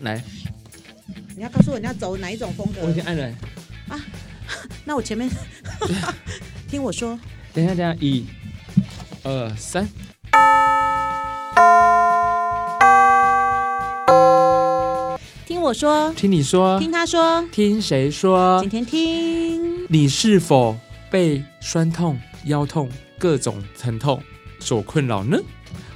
来，你要告诉我你要走哪一种风我已经格？按了。那 我前面听我说，等一下，等一下，一、二、三。听我说，听你说，听他说，听谁说今？天听你是否被酸痛、腰痛、各种疼痛所困扰呢？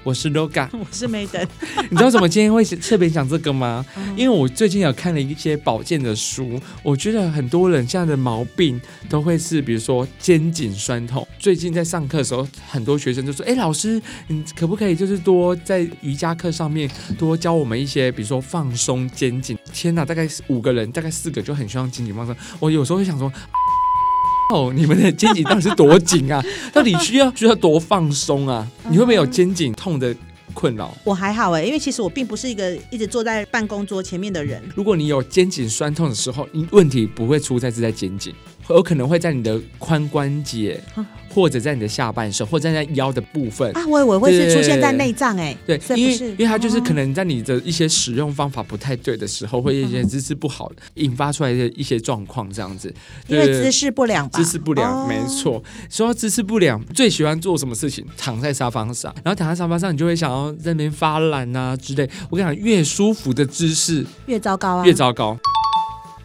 我是 LOGA，我是梅登， 你知道为什么今天会特别讲这个吗？嗯因为我最近有看了一些保健的书，我觉得很多人现在的毛病都会是，比如说肩颈酸痛。最近在上课的时候，很多学生就说：“哎，老师，你可不可以就是多在瑜伽课上面多教我们一些，比如说放松肩颈？”天哪，大概五个人，大概四个就很希望肩颈放松。我有时候会想说。哦，你们的肩颈到底是多紧啊？ 到底需要需要多放松啊？你会不会有肩颈痛的困扰？我还好哎、因为其实我并不是一个一直坐在办公桌前面的人。如果你有肩颈酸痛的时候，你问题不会出在是在肩颈，有可能会在你的髋关节啊，或者在你的下半身，或者在腰的部分。啊，我以为会是出现在对内脏哎，对所，以因不为是因为它就是可哦能在你的一些使用方法不太对的时候，会一些姿势不好，引发出来的一些状况这样子。因为对姿势不良吧，姿势不良，哦没。错。说到姿势不良，最喜欢做什么事情？躺在沙发上，然后躺在沙发上，你就会想要在那边发懒啊之类。我跟你讲，越舒服的姿势，越糟糕啊，越糟糕。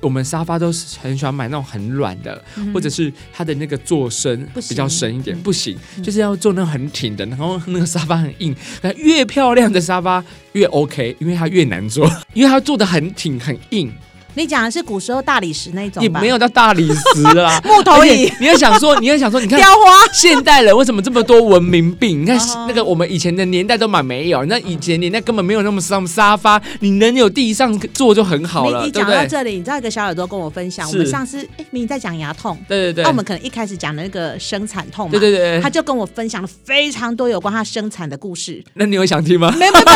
我们沙发都是很喜欢买那种很软的，嗯或者是它的那个坐身不行嗯比较深一点，不行，就是要坐那种很挺的，然后那个沙发很硬。那越漂亮的沙发越 OK，因为它越难坐， 因为它做的很挺很硬，你讲的是古时候大理石那种也吧？。没有到大理石啦 木头而椅且、你要想说，你要想说，你看雕花， 现代人为什么这么多文明病？你看哦那个我们以前的年代都蛮没有，那以前年代根本没有那么上沙发，你能有地上坐就很好你了，你对讲不到对？这里，你知道一个小耳朵跟我分享，我是们上次哎，你在讲牙痛，啊对对对，那我们可能一开始讲的那个生产痛嘛，对对对，哎他就跟我分享了非常多有关他生产的故事。那你有想听吗？没有没有没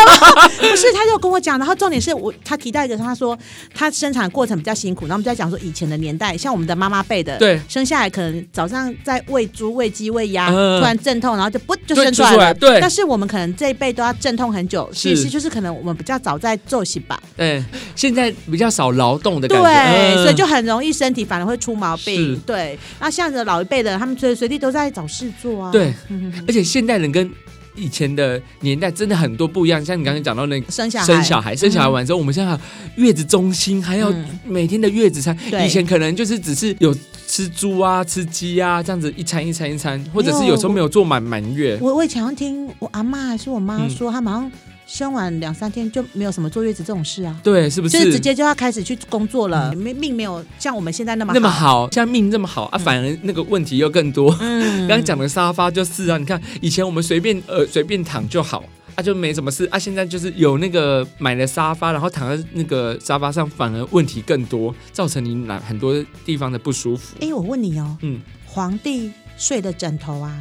有，不是，他就跟我讲，然后重点是我他提到一个，他说他生产过程比较辛苦，然后我们就在讲说以前的年代，像我们的妈妈辈的，对生下来可能早上在喂猪、喂鸡、喂鸭，嗯突然阵痛，然后就不就对生就出来出来了。对但是我们可能这一辈都要阵痛很久，其是实就是可能我们比较早在作息吧，对，哎现在比较少劳动的感觉，对，嗯所以就很容易身体反而会出毛病是。对，那像着老一辈的，他们随时随地都在找事做啊。对嗯，而且现代人跟以前的年代真的很多不一样，像你刚刚讲到那个。生小孩，生小孩，生小孩完之后，我们现在还有月子中心，还要嗯每天的月子餐。对以前可能就是只是有吃猪啊、吃鸡啊这样子一餐一餐一餐，或者是有时候没有做满满月。我我以前好像听我阿妈还是我妈说，他们好像生完两三天就没有什么坐月子这种事啊，对，是不？就是是直接就要开始去工作了，没命没有像我们现在那么那么好，现在命这么好啊，反而那个问题又更多。嗯，刚刚讲的沙发就是啊，你看以前我们随便呃随便躺就好，啊就没什么事啊。现在就是有那个买了沙发，然后躺在那个沙发上，反而问题更多，造成你哪很多地方的不舒服。哎，我问你哦，嗯，皇帝睡的枕头啊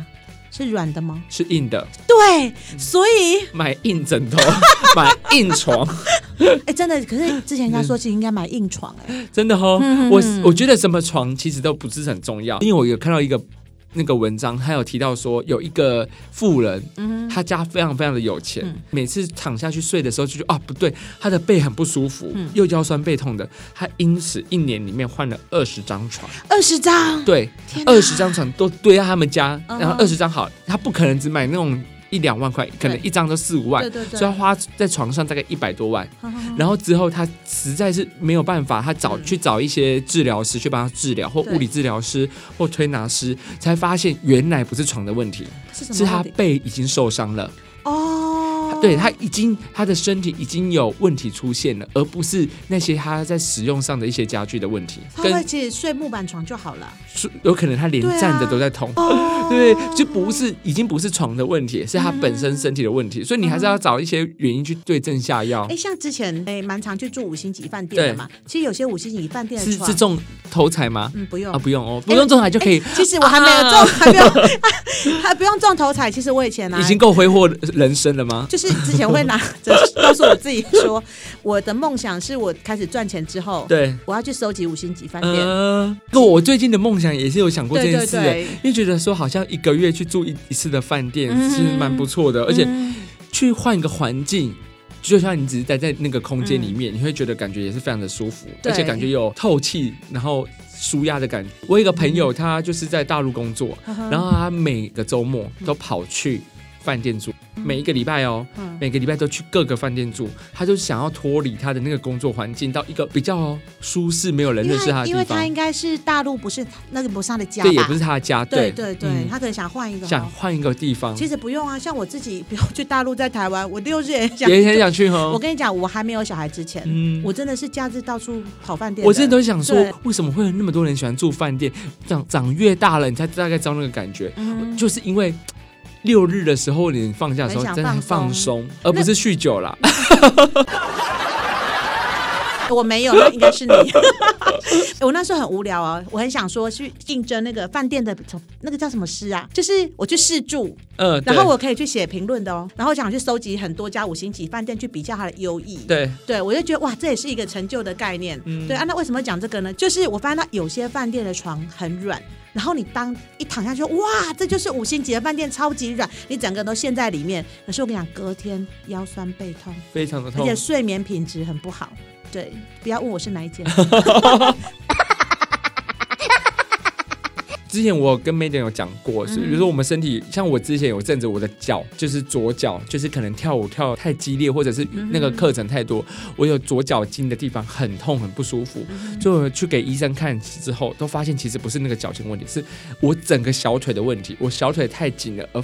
是软的吗？是硬的，对，所以买硬枕头， 买硬床，哎，真的，可是之前人家说其实应该买硬床哎，真的哦。嗯我我觉得什么床其实都不是很重要，因为我有看到一个。那个文章，他有提到说，有一个富人，嗯，他家非常非常的有钱，嗯每次躺下去睡的时候就觉得啊不对，他的背很不舒服，嗯右腰酸背痛的，他因此一年里面换了二十张床，二十张，对，天哪二十张床都堆在他们家，嗯哼然后二十张好，他不可能只买那种一两万块，可能一张都四五万对，对对嗯所以他花在床上大概一百多万。然然后之后他实在是没有办法，他找、嗯去找一些治疗师去帮他治疗，或对物理治疗师或推拿师，才发现原来不是床的问题，是什是么他问题？背已经受伤了。哦，对他已经他的身体已经有问题出现了，而不是那些他在使用上的一些家具的问题，他会跟其实睡木板床就好了。有可能他连对啊站的都在痛。哦对，就不是已经不是床的问题，是他本身身体的问题，所以你还是要找一些原因去对症下药嗯哎、。像之前哎，蛮常去住五星级饭店的嘛。其实有些五星级饭店是的床，是中头彩吗？嗯，不用。啊，不用哦，不用中彩就可以，其实我还没有中，啊还没有， 还不用中头彩。其实我以前啊，已经够挥霍人生了吗？就是之前 会拿着告诉我自己说，我的梦想是我开始赚钱之后，对，我要去收集五星级饭店。嗯，那我最近的梦想也是有想过这对件对事，哎对，因为觉得说好像一个月去住一一次的饭店嗯是蛮不错的，而且嗯去换一个环境，就像你只是待在那个空间里面，你会觉得感觉也是非常的舒服，嗯对而且感觉有透气，然后舒压的感觉。我有一个朋友，他就是在大陆工作，嗯然后他每个周末都跑去饭店住，每一个礼拜哦，嗯每个礼拜都去各个饭店住，他就想要脱离他的那个工作环境，到一个比较舒适、没有人因认识为他的因为地他方。应该是大陆，不是那个不是他的家吧？这也不是他的家，对对对对，嗯他可能想换一个想哈。换一个地方，其实不用啊，像我自己，比如去大陆，在台湾，我六日也想。也很想去哈。我跟你讲，我还没有小孩之前，嗯我真的是假日到处跑饭店的。我之前都想说对，为什么会有那么多人喜欢住饭店？长长越大了，你才大概知道那个感觉，嗯就是因为。六日的时候，你放假的时候很想真的很放放松，而不是酗酒啦。 我没有，那应该 是你。我那时候很无聊啊，我很想说去竞争那个饭店的那个叫什么师啊，就是我去试住，嗯，对然后我可以去写评论的哦，然后想去搜集很多家五星级饭店去比较它的优异。对对，我就觉得哇，这也是一个成就的概念。嗯对啊，那为什么讲这个呢？就是我发现到有些饭店的床很软，然后你当一躺下去，哇，这就是五星级的饭店，超级软，你整个人都陷在里面。可是我跟你讲，隔天腰酸背痛，非常的而痛且。睡眠品质很不好。对，不要问我是哪一间。哎之前我跟 Maiden 有讲过，是比如说我们身体，像我之前有阵子我的脚就是左脚，就是可能跳舞跳太激烈，或者是那个课程太多，我有左脚筋的地方很痛很不舒服，就我去给医生看之后，都发现其实不是那个脚筋问题，是我整个小腿的问题，我小腿太紧了而。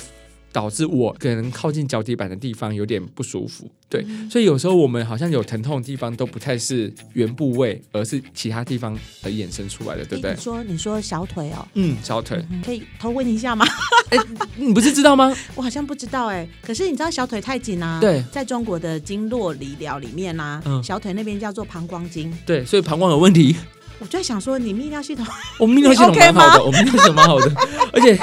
导致我可能靠近脚底板的地方有点不舒服，对，所以有时候我们好像有疼痛的地方都不太是原部位，而是其他地方而衍生出来的，对不对你？说你说小腿哦，嗯，小腿，可以偷问一下吗？ 你不是知 道吗？我好像不知道哎、可是你知道小腿太紧啊？对在中国的经络理疗里面啊，嗯小腿那边叫做膀胱经。对，所以膀胱有问 题。我就在想说，你泌尿系统我们泌尿系统蛮好的，我们泌尿系统蛮好 的，而且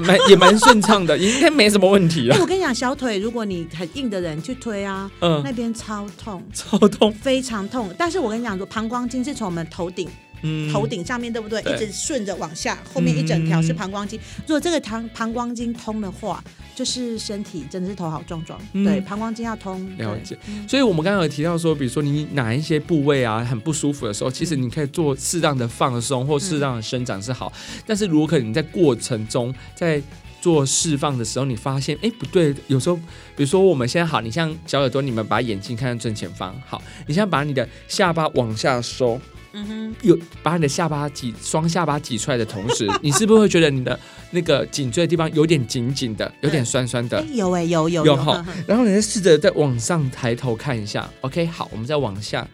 蛮也蛮顺畅的，也应该没什么问题哎、啦。我跟你讲，小腿如果你很硬的人去推啊，嗯那边超痛， 超痛，非常痛。但是我跟你讲说，膀胱经是从我们头顶、嗯头顶上面，对不对？对嗯一直顺着往下，后面一整条是膀胱经。如果这个膀膀胱经通的话，就是身体真的是头好壮壮。嗯对，膀胱经要通。了对。解。所以我们刚刚有提到说，比如说你哪一些部位啊很不舒服的时候，其实你可以做适当的放松或适当的伸展是好，但是如果可能你在过程中在。做释放的时候，你发现哎、诶不对，有时候比如说我们现在好，你像小耳朵，你们把眼睛看向正前方，好，你现在把你的下巴往下收，嗯哼，有把你的下巴挤双下巴挤出来的同时，你是不是会觉得你的那个颈椎的地方有点紧紧的，有点酸酸哎、的？有哎、有有有呵呵哈，然后你再试着再往上抬头看一下。OK，好，我们再往下，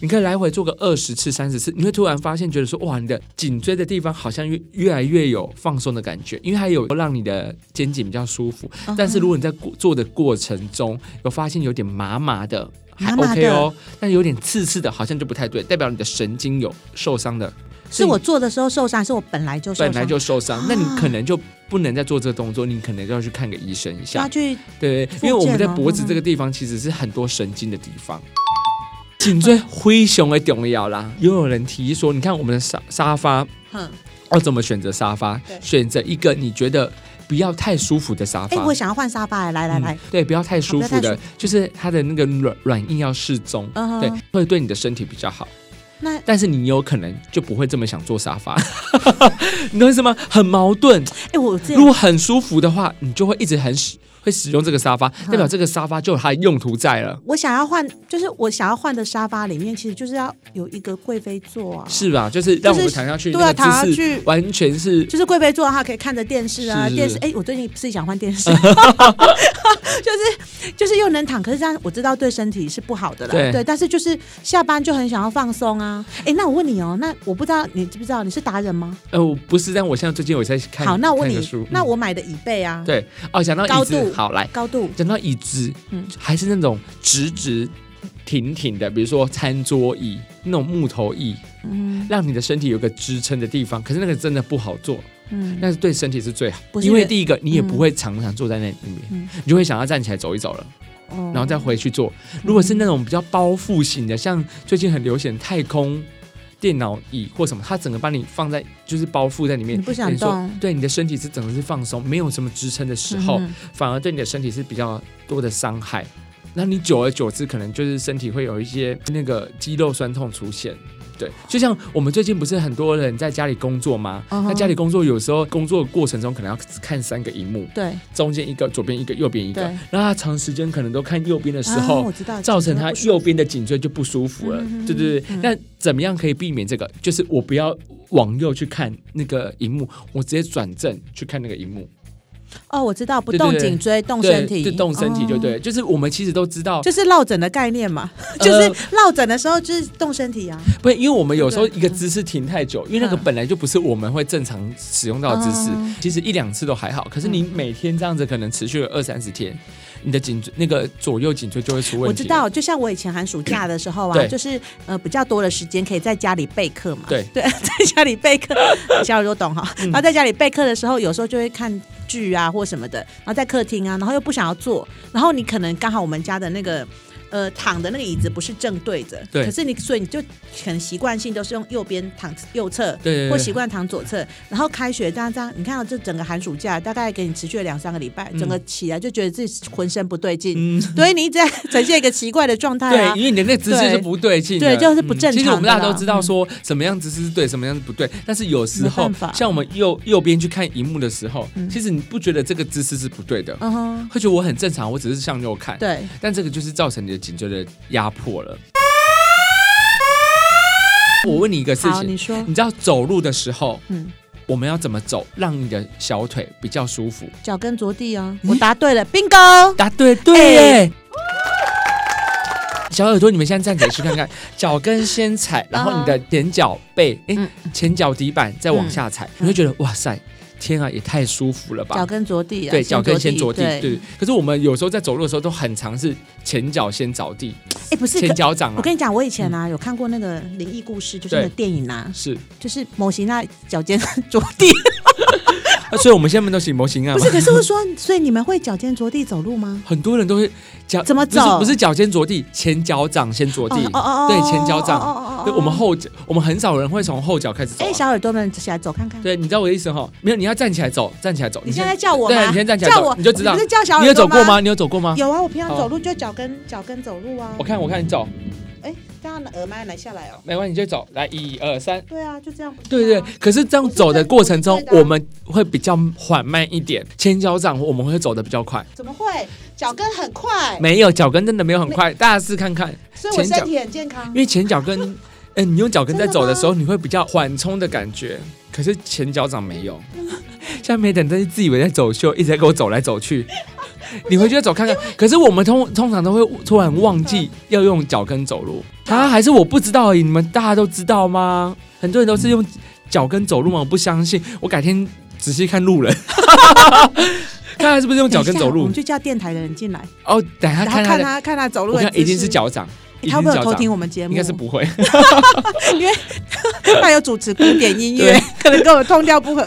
你可以来回做个二十次、三十次，你会突然发现，觉得说哇，你的颈椎的地方好像越越来越有放松的感觉，因为它有让你的肩颈比较舒服。嗯但是如果你在过做的过程中有发现有点麻麻的，还麻麻 OK 的哦，但有点刺刺的，好像就不太对，代表你的神经有受伤的。是我做的时候受伤，还是我本来就受伤？啊本来就受伤，那你可能就不能再做这个动作，你可能就要去看个医生一要下。去对，复因为我们在健啊吗脖子这个地方其实是很多神经的地方。颈椎灰熊的重要啦，也有人提议说，你看我们的沙沙发哼。要怎么选择沙发对？选择一个你觉得不要太舒服的沙哎、发。我想要换沙发，来来来哦嗯，对，不要太舒服不要的太舒，就是它的那个软软硬要适中，嗯哼对，会对你的身体比较好。那但是你有可能就不会这么想坐沙 发，你懂我意思吗？很矛盾。哎、我这如果很舒服的话，你就会一直很使会使用这个沙发，嗯代表这个沙发就有它的用途在了，我想要换，就是我想要换的沙发里面，其实就是要有一个贵妃座啊，是吧？就是让我们躺下去，对啊那个姿势躺下去完全是就是贵妃座的话可以看着电视啊，是电视。哎、我最近不是想换电 视， 就是就是又能躺，可是这样我知道对身体是不好的啦。对但是就是下班就很想要放松啊。哎、那我问你哦，那我不知道你知不知道你是达人吗？呃，我不是，但我现在最近我在看，好，那我问看你个书，那嗯我买的椅背啊，对哦，讲到椅高子，度好来，高度，讲到椅子，嗯还是那种直直挺挺的，比如说餐桌椅那种木头椅，嗯让你的身体有一个支撑的地方。可是那个真的不好做，嗯，那是对身体是最好，不是因为第一个你也不会常常坐在那里面，嗯你就会想要站起来走一走了，哦嗯然后再回去坐。如果是那种比较包覆型的，像最近很流行太空。电脑椅或什么，它整个把你放在就是包覆在里面，你不想跟说动对你的身体是整个是放松，没有什么支撑的时候，嗯反而对你的身体是比较多的伤害。那你久而久之，可能就是身体会有一些那个肌肉酸痛出现。对，就像我们最近不是很多人在家里工作吗？嗯哼那家里工作有时候工作过程中可能要看三个荧幕，对，中间一个，左边一个，右边一个对。那他长时间可能都看右边的时啊候，我知道造成他颈椎不舒服右边的颈椎就不舒服了。嗯对对对，那怎么样可以避免这个？就是我不要往右去看那个荧幕，我直接转正去看那个荧幕，哦，我知道，不对对动对颈椎，动对身体，就动身体，哦就对。呃就是我们其实都知道，就是落枕的概念嘛，就是落枕的时候就是动身体啊，不，因为我们有时候对一个姿势停太久，因为那个嗯本来就不是我们会正常使用到的姿势嗯，其实一两次都还好。可是你每天这样子，可能持续了二三十天，你的颈椎那个左右颈椎就会出我问题。知道，就啊像我以前寒暑假的时候啊，对就是呃比较多的时间可以在家里备课嘛，对 嗯在家里备课，小耳朵懂哈。然后在家里备课的时候，有时候就会看剧啊或什么的，然后在客厅啊，然后又不想要坐，然后你可能刚好我们家的那个。呃，躺的那个椅子不是正对着，对可是你所以你就可能习惯性都是用右边躺右侧，对对对或习惯躺左侧。然后开学这样这样，你看到这整个寒暑假大概给你持续了两三个礼拜，整个起来就觉得自己浑身不对劲，嗯，所以你一直在呈现一个奇怪的状态啊对，。因为你的那个姿势是不对劲的，对就是不嗯正其常的啦实我们大家都知道说什么样姿势是对，什么样子不对，但是有时候没办法像我们右右边去看荧幕的时候，其实你不觉得这个姿势是不对的，嗯哼，会觉得我很正常，我只是向右看。对，但这个就是造成你的颈椎的压迫 了。我问你一个事好，情你，说，你知道走路的时候，嗯，我们要怎么走，让你的小腿比较舒服？脚跟着地啊，嗯我答对了，bingo。答对，对耶！哎小耳朵，你们现在站起来去 看看，脚跟先踩，然后你的前脚背，哎、嗯前脚底板再往下踩，你会觉得哇塞，天啊，也太舒服了吧！脚跟着地啊，对，脚跟先着地，对对，对。可是我们有时候在走路的时候，都很常是前脚先着地，哎，不是，前可脚掌我啊，跟你讲，我以前啊有看过那个灵异故事，就是那个对电影啊，是。就是某型啊脚尖着 地，啊，所以我们现在都写模型啊不，是？可是我说，所以你们会脚尖着地走路吗？很多人都会脚怎么不是走不是脚尖着地，前脚掌先着地哦，哦哦哦对，前脚哦掌。哦哦哦哦对，我们后脚，我们很少人会从后脚开始走啊、哎，小耳朵们起来走看看。对，你知道我的意思哈？没有，你要站起来走，站起来走。你现在叫我吗？对，你先站起来叫我走，，你就知道你不。是叫小你耳有朵走过吗？？你有走过吗？有啊，我平常好走路就脚跟脚跟走路啊我。看，我看你走，哎，这样的耳麦拿下来哦。没关系，你就走。来，一二三。对啊，就这样。对对，可是这样走的过程中我是，对的啊我们会比较缓慢一点，前脚掌我们会走的比较快。怎么会？脚跟很快，没有脚跟真的没有很快，大家试看看。所以我前脚身体很健康因。为前脚跟， 嗯、你用脚跟在走的时候，你会比较缓冲的感觉，可是前脚掌没有。 像梅等真是自以为在走秀，一直在给我走来走去。你回去再走看看，可是我们通通常都会突然忘记要用脚跟走路，啊，还是我不知道而已，你们大家都知道吗？很多人都是用脚跟走路吗？我不相信，我改天仔细看路人， 看他是不是用脚跟走等一下我路们。就叫电台的人进来，哦，等一下然后看他看的，他看他走路我的姿看势。一定是脚掌，诶，一他定会是不会脚偷听掌，我们节目？应该是不会。他有主持古典 音乐，可能跟我们痛调不合。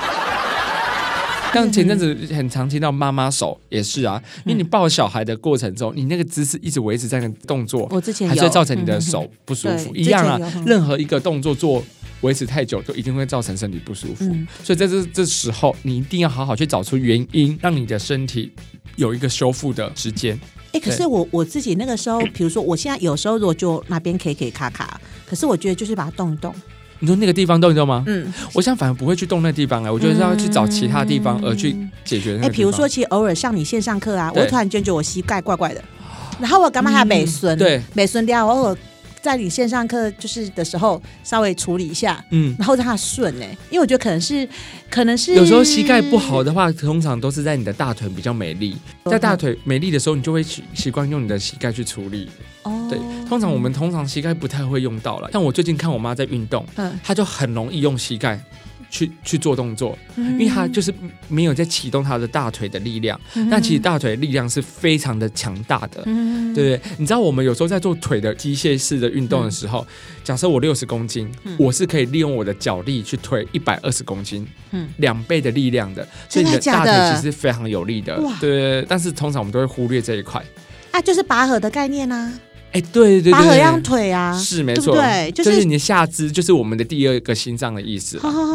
像前阵子嗯很常听到妈妈手也是啊，因为你抱小孩的过程中，你那个姿势一直维持在那个动作，我之前还是会造成你的嗯。嗯嗯手不舒服。对一样之前有啊嗯，任何一个动作做维持太久，就一定会造成身体不舒服。嗯所以在这这时候，你一定要好好去找出原因，让你的身体有一个修复的时间。哎、可是我我自己那个时候，比如说我现在有时候如果就哪边 K K 卡卡，可是我觉得就是把它动一动，你说那个地方动，你知道吗？嗯，我现在反而不会去动那地方了，我觉得是要去找其他地方而去解决那个地哎，方。比如说，其实偶尔上你线上课啊，我对会突然间觉得我膝盖怪怪的，然后我干嘛还美孙、对，美孙掉，我偶尔在你线上课就是的时候稍微处理一下，嗯，然后让它顺哎、因为我觉得可能是可能是有时候膝盖不好的话，通常都是在你的大腿比较美丽，嗯在大腿美丽的时候，你就会习习惯用你的膝盖去处理。哦，对，通常我们通常膝盖不太会用到了。像我最近看我妈在运动，嗯，她就很容易用膝盖去去做动作，因因为她就是没有在启动她的大腿的力量。但其实大腿力量是非常的强大的。嗯对不对？你知道我们有时候在做腿的机械式的运动的时候，嗯假设我六十公斤，我是可以利用我的脚力去推一百二十公斤，嗯两倍的力量的，所真以的你的大假的腿其实是非常有力的哇。对，但是通常我们都会忽略这一块。啊，就是拔河的概念啊，哎、哎，对对对拔对河对样腿啊，是没对不错，对就哦就是你的下肢，就是我们的第二个心脏的意思啦。哈哈哈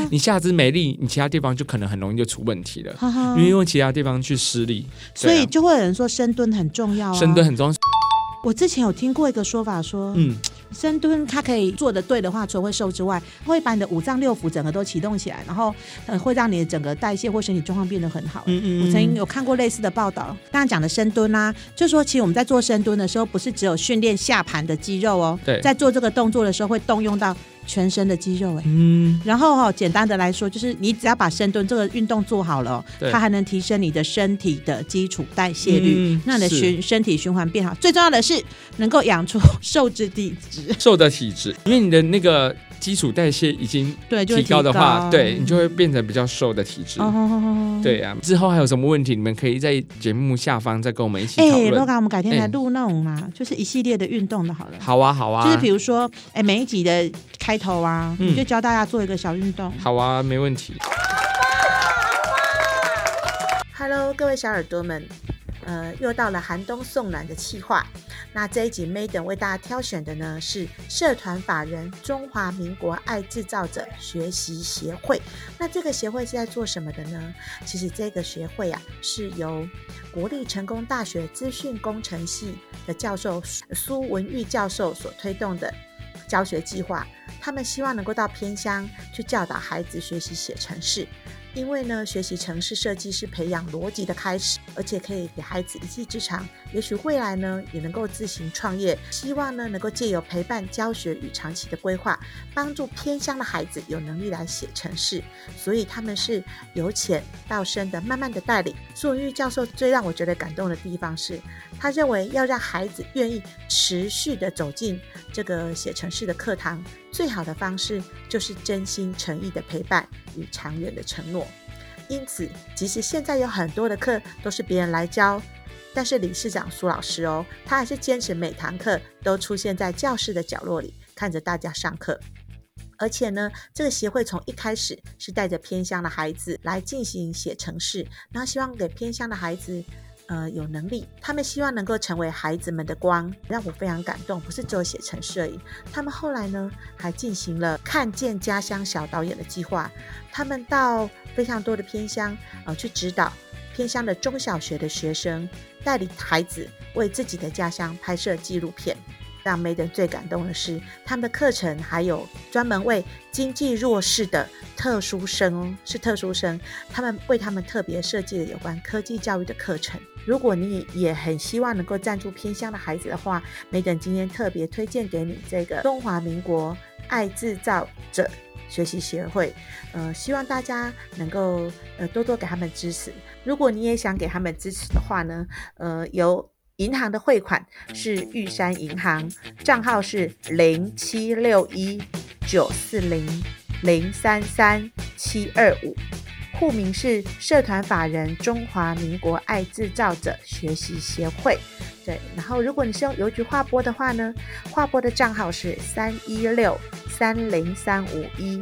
嗯，你下肢没力，你其他地方就可能很容易就出问题了，哈哈因为用其他地方去施力，哦所以对就会有人说深蹲很重要啊啊。深蹲，很重要。我之前有听过一个说法说，嗯，深蹲它可以做的对的话，除了会瘦之外，它会把你的五脏六腑整个都启动起来，然后呃会让你的整个代谢或身体状况变得很好。嗯嗯我曾经有看过类似的报道，刚刚讲的深蹲啊，就说其实我们在做深蹲的时候，不是只有训练下盘的肌肉哦，对在做这个动作的时候会动用到全身的肌肉哎。嗯，然后哈、哦，简单的来说，就是你只要把深蹲这个运动做好了哦、对它还能提升你的身体的基础代谢率，嗯让你的是循身体循环变好。最重要的是能够养出瘦质体质，瘦的体质，因为你的那个基础代谢已经 对，哎就会提高的话，高嗯对你就会变成比较瘦的体质。哦，。 对啊，之后还有什么问题，你们可以在节目下方再跟我们一起哎讨，洛论。嘎，我们改天来哎录那种啊，就是一系列的运动的好了。好啊，好啊，就是比如说，哎、每一集的开头啊，嗯你就教大家做一个小运动。好啊，没问题。 Hello，各位小耳朵们，呃，又到了寒冬送暖的气话。那这一集 Maiden 为大家挑选的呢是社团法人中华民国爱制造者学习协会。那这个协会是在做什么的呢？其实这个协会啊是由国立成功大学资讯工程系的教授苏苏文玉教授所推动的教学计划。他们希望能够到偏乡去教导孩子学习写程式，因为呢，学习城市设计是培养逻辑的开始，而且可以给孩子一技之长，也许未来呢也能够自行创业。希望呢能够借由陪伴教学与长期的规划，帮助偏乡的孩子有能力来写城市。所以他们是由浅到深的，慢慢的带领。苏文玉教授最让我觉得感动的地方是，他认为要让孩子愿意持续的走进这个写城市的课堂，最好的方式就是真心诚意的陪伴与长远的承诺。因此，即使现在有很多的课都是别人来教，但是理事长苏老师哦，他还是坚持每堂课都出现在教室的角落里，看着大家上课。而且呢，这个协会从一开始是带着偏乡的孩子来进行写程式，然后希望给偏乡的孩子。呃，有能力，他们希望能够成为孩子们的光，让我非常感动。不是只有写程式而已，他们后来呢还进行了“看见家乡小导演”的计划，他们到非常多的偏乡，呃，去指导偏乡的中小学的学生，带领孩子为自己的家乡拍摄纪录片。让 Maiden 最感动的是，他们的课程还有专门为经济弱势的特殊生哦，是特殊生，他们为他们特别设计了有关科技教育的课程。如果你也很希望能够赞助偏乡的孩子的话，Maiden 今天特别推荐给你这个中华民国爱制造者学习协会，呃，希望大家能够呃多多给他们支持。如果你也想给他们支持的话呢，呃，由银行的汇款是玉山银行，账号是零七六一九四零零三三七二五，户名是社团法人中华民国爱制造者学习协会。对，然后如果你是用邮局划拨的话呢，划拨的账号是三一六三零三五一。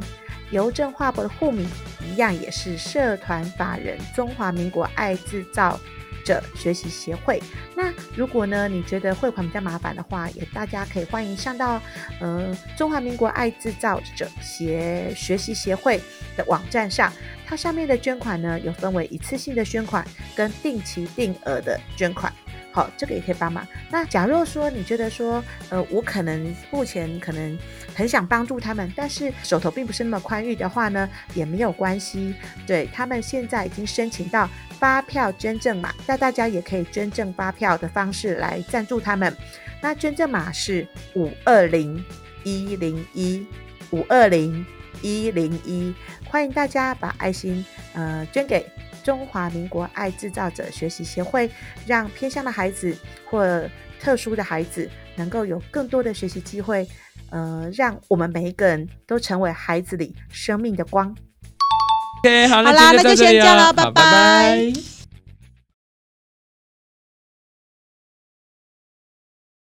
邮政划拨的户名一样也是社团法人中华民国爱制造者学习协会。那如果呢你觉得汇款比较麻烦的话，也大家可以欢迎上到呃中华民国爱制造者协学习协会的网站上，它上面的捐款呢有分为一次性的捐款跟定期定额的捐款。好，这个也可以帮忙。那假若说你觉得说，呃，我可能目前可能很想帮助他们，但是手头并不是那么宽裕的话呢，也没有关系。对他们现在已经申请到发票捐赠码，那大家也可以捐赠发票的方式来赞助他们。那捐赠码是五二零一零一五二零一零一，欢迎大家把爱心呃捐给中华民国爱制造者学习协会，让偏乡的孩子或特殊的孩子能够有更多的学习机会，呃，让我们每一个人都成为孩子里生命的光。 OK，好，好啦今天那就到这里先这样啊了拜好拜拜